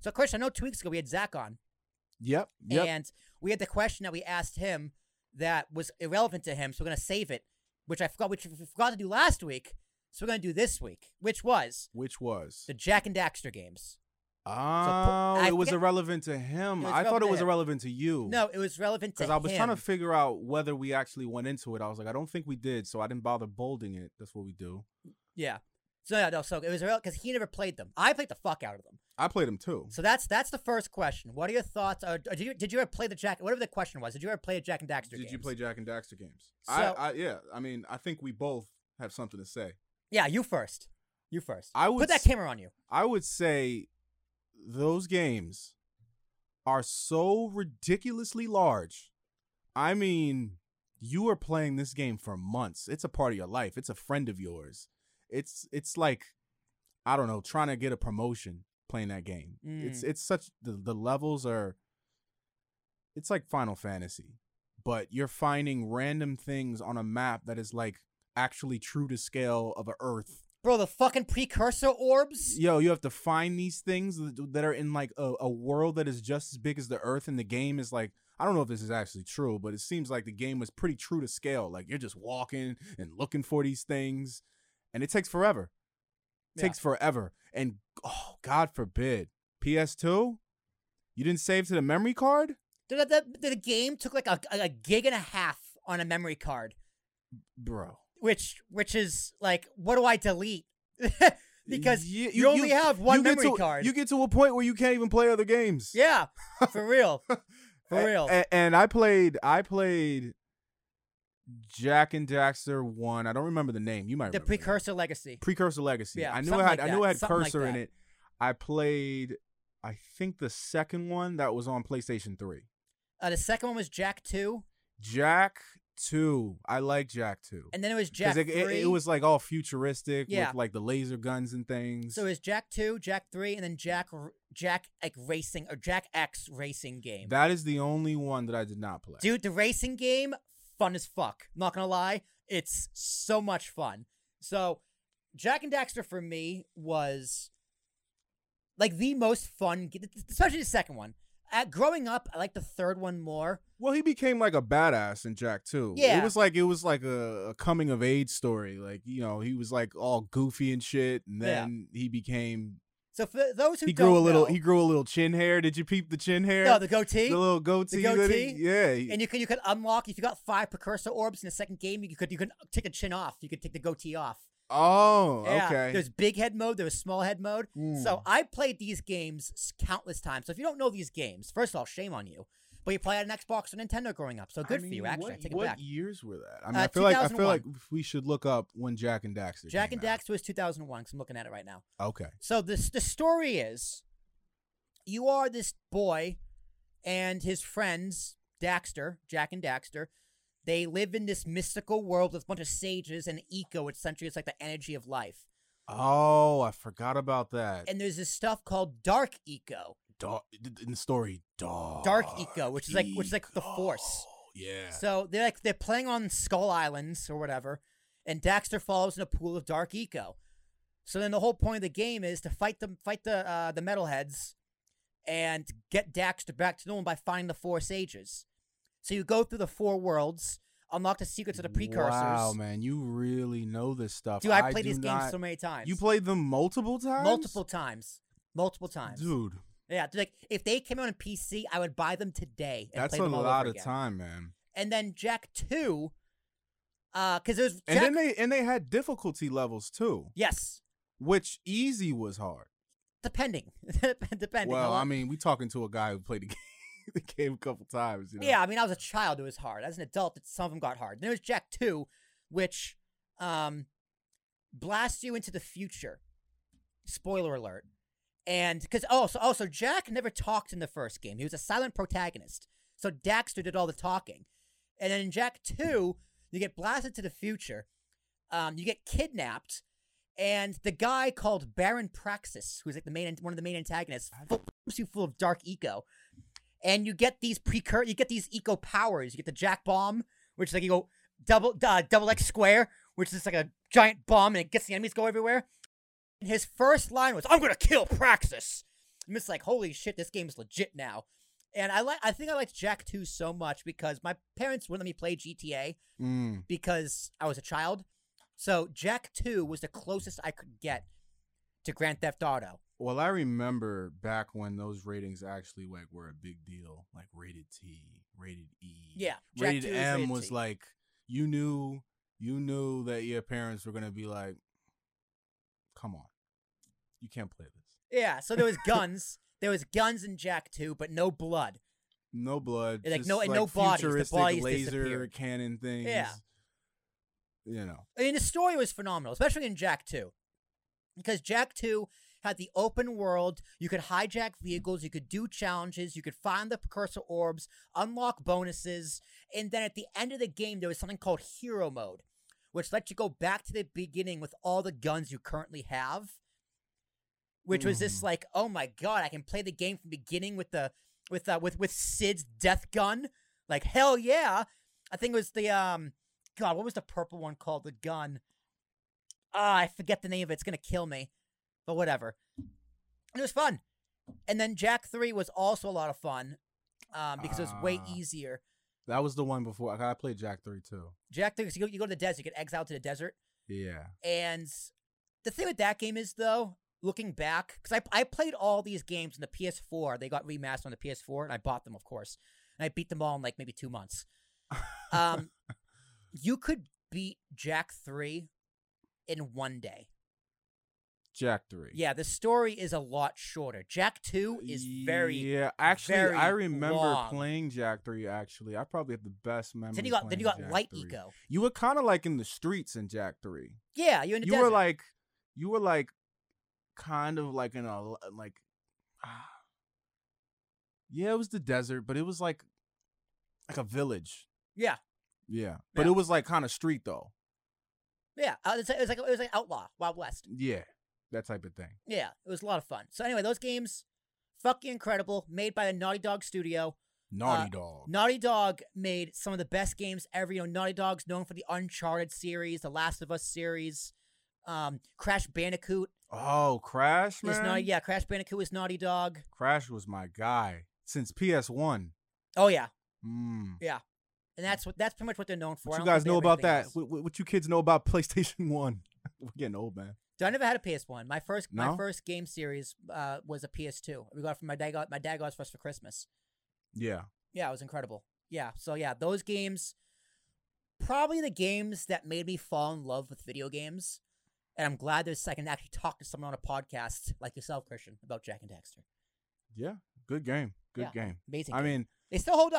So, Christian, I know two weeks ago we had Zach on, Yep. Yep. and we had the question that we asked him that was irrelevant to him. So we're gonna save it, which I forgot, which we forgot to do last week. So we're gonna do this week, which was Which was. the Jack and Daxter games. oh, I it was forget- irrelevant to him. It was I thought it relevant was to him. irrelevant to you. No, it was relevant to Because I was him. trying to figure out whether we actually went into it. I was like, I don't think we did, so I didn't bother bolding it. That's what we do. yeah. So no, no. So it was real because he never played them. I played the fuck out of them. I played him too. So that's that's the first question. What are your thoughts? Or, or did you did you ever play the Jack? Whatever the question was, did you ever play a Jack and Daxter? Did games? you play Jack and Daxter games? So- I, I yeah. I mean, I think we both have something to say. Yeah, you first. You first. I would put that s- camera on you. I would say those games are so ridiculously large. I mean, you are playing this game for months. It's a part of your life. It's a friend of yours. It's it's like I don't know, trying to get a promotion playing that game. It's it's such the, the levels are it's like Final Fantasy, but you're finding random things on a map that is like actually true to scale of a earth Bro, the fucking precursor orbs. yo you have to find these things that that are in like a, a world that is just as big as the earth and the game is like i don't know if this is actually true but it seems like the game was pretty true to scale like you're just walking and looking for these things and it takes forever Yeah. takes forever and oh god forbid ps2 you didn't save to the memory card The, the, the game took like a, a gig and a half on a memory card, bro which which is like, what do I delete? because Ye- you, only have one you get memory to- card. you get to a point where you can't even play other games yeah, for real, for A- real. a- and I played, I played Jack and Daxter one. I don't remember the name. You might the remember it. precursor legacy. Precursor Legacy. Yeah, I knew it something had, like I knew that, it had something like cursor in that. it. I played, I think the second one that was on PlayStation Three. Uh, the second one was Jack two, Jack two. I like Jack two and then it was Jack it, it- three. it was like all futuristic Yeah. with like the laser guns and things. so it was Jack two, Jack three, and then Jack R- Jack like racing or Jack X racing game. that is the only one that I did not play. Dude, the racing game, fun as fuck. Not gonna lie, it's so much fun. So, Jack and Daxter for me was like the most fun, g- especially the second one. At growing up, I liked the third one more. Well, he became like a badass in Jack too. Yeah. it was like it was like a, a coming of age story. Like you know, he was like all goofy and shit, and Yeah. then he became So for those who he don't grew a little know, he grew a little chin hair. Did you peep the chin hair? no the goatee, The little goatee. that he- goatee, yeah, he- and you could you could unlock if you got five precursor orbs in the second game, you could you could take a chin off, you could take the goatee off. oh, Yeah, okay. There's big head mode. There was small head mode. So Mm. I played these games s- countless times. So if you don't know these games, first of all, shame on you. But you probably had an Xbox or Nintendo growing up, so good I for you. mean, Actually, what, I take what it back. years were that? I mean, Uh, I feel like I feel 2001. like we should look up when Jack and Daxter. Jack came and out. Daxter was 2001. Cause I'm looking at it right now. Okay. So this the story is, you are this boy, and his friends Daxter, Jack and Daxter. They live in this mystical world with a bunch of sages and eco. Essentially, it's like the energy of life. Oh, I forgot about that. And there's this stuff called dark eco. Dog, in the story, dog. Dark Eco, which is like- which is like the Eco. Force. Yeah. So they're like they're playing on Skull Islands or whatever, and Daxter falls in a pool of dark eco. So then the whole point of the game is to fight them, fight the uh, the metalheads, and get Daxter back to normal by finding the four sages. So you go through the four worlds, unlock the secrets of the precursors. Wow, man, you really know this stuff. Dude, I played do these games not- so many times. You played them multiple times. multiple times, multiple times. Dude, Yeah, dude, like if they came out on PC, I would buy them today. And that's play a them all lot over of again. time, man. And then Jack Two, uh, because there's And Jack- then they and they had difficulty levels too, yes, which easy was hard. depending, depending. well, on- I mean, we talking to a guy who played the game, the game a couple times. You know? yeah, I mean, I was a child; it was hard. As an adult, it, some of them got hard. There was Jack Two, which um, blasts you into the future. Spoiler alert! And oh, because also, also Jack never talked in the first game; he was a silent protagonist. So Daxter did all the talking, and then in Jack Two, you get blasted to the future. Um, you get kidnapped, and the guy called Baron Praxis, who's like the main one of the main antagonists, full, full of dark eco and you get these precur you get these eco powers. You get the jack bomb, which is like you go double uh, double X square, which is like a giant bomb and it gets the enemies go everywhere. And his first line was, "I'm gonna kill Praxis," And it's like, holy shit, this game's legit now. And I like I think I liked Jack 2 so much because my parents wouldn't let me play GTA Mm. because I was a child. So Jack 2 was the closest I could get to Grand Theft Auto. Well, I remember back when those ratings actually like were a big deal, like rated T, rated E. Yeah, Jack rated 2 is M rated was T. like you knew you knew that your parents were gonna be like, "Come on, you can't play this. Yeah, so there was guns. there was guns in Jack 2, but no blood. No blood, Like, just, no- and no bodies. The futuristic bodies laser disappeared. cannon things. Yeah. you know, I mean, the story was phenomenal, especially in Jack 2. Because Jack 2 had the open world, you could hijack vehicles, you could do challenges, you could find the precursor orbs, unlock bonuses, and then at the end of the game, there was something called Hero Mode, which lets you go back to the beginning with all the guns you currently have. Which was this Mhm. like, oh my god, I can play the game from beginning with the with uh, with with Sid's death gun. Like hell yeah! I think it was the um God, what was the purple one called? The gun. Ah, I forget the name of it. It's gonna kill me, but whatever. It was fun, and then Jack Three was also a lot of fun um, because it was way Ah. easier. that was the one before I played Jack Three too. Jack Three, 'cause you go, you go to the desert, you get exiled to the desert, Yeah, and the thing with that game is though, looking back, because I I played all these games on the PS4. They got remastered on the PS4, and I bought them, of course, and I beat them all in like maybe two months. Um, you could beat Jack Three in one day. Jack Three. Yeah, the story is a lot shorter. Jack 2 is very yeah actually i very remember long. playing jack 3 actually i probably have the best memory Then you got then you got playing Jack Light 3. Eco. you were kind of like in the streets in jack 3 Yeah, you're in the you desert. were like you were like kind of like in a l- like ah. yeah it was the desert but it was like like a village yeah, yeah but Yeah. it was like kind of street though yeah. Uh, it's- It was like it was like Outlaw Wild West. yeah that type of thing Yeah, it was a lot of fun. So anyway, those games, fucking incredible, made by the Naughty Dog studio. naughty dog Naughty Dog made some of the best games ever. You know, Naughty Dog's known for the Uncharted series, the Last of Us series, um, Crash Bandicoot. oh crash Is man naughty, yeah, Crash Bandicoot is Naughty Dog. crash was my guy since ps1 Oh yeah, mm. and that's what that's pretty much what they're known for. I What you don't think guys they know have about anything that? else. What, what, what you kids know about PlayStation One? We're getting old, man. So I never had a PS One. My first my No? first game series uh, was a PS Two. We got it from my dad. Got my dad got it for us for Christmas. Yeah, Yeah, it was incredible. Yeah, so yeah, those games, probably the games that made me fall in love with video games, and I'm glad there's I can actually talk to someone on a podcast like yourself, Christian, about Jack and Daxter. yeah, good game, good Yeah. game. Amazing. I game. mean, they still hold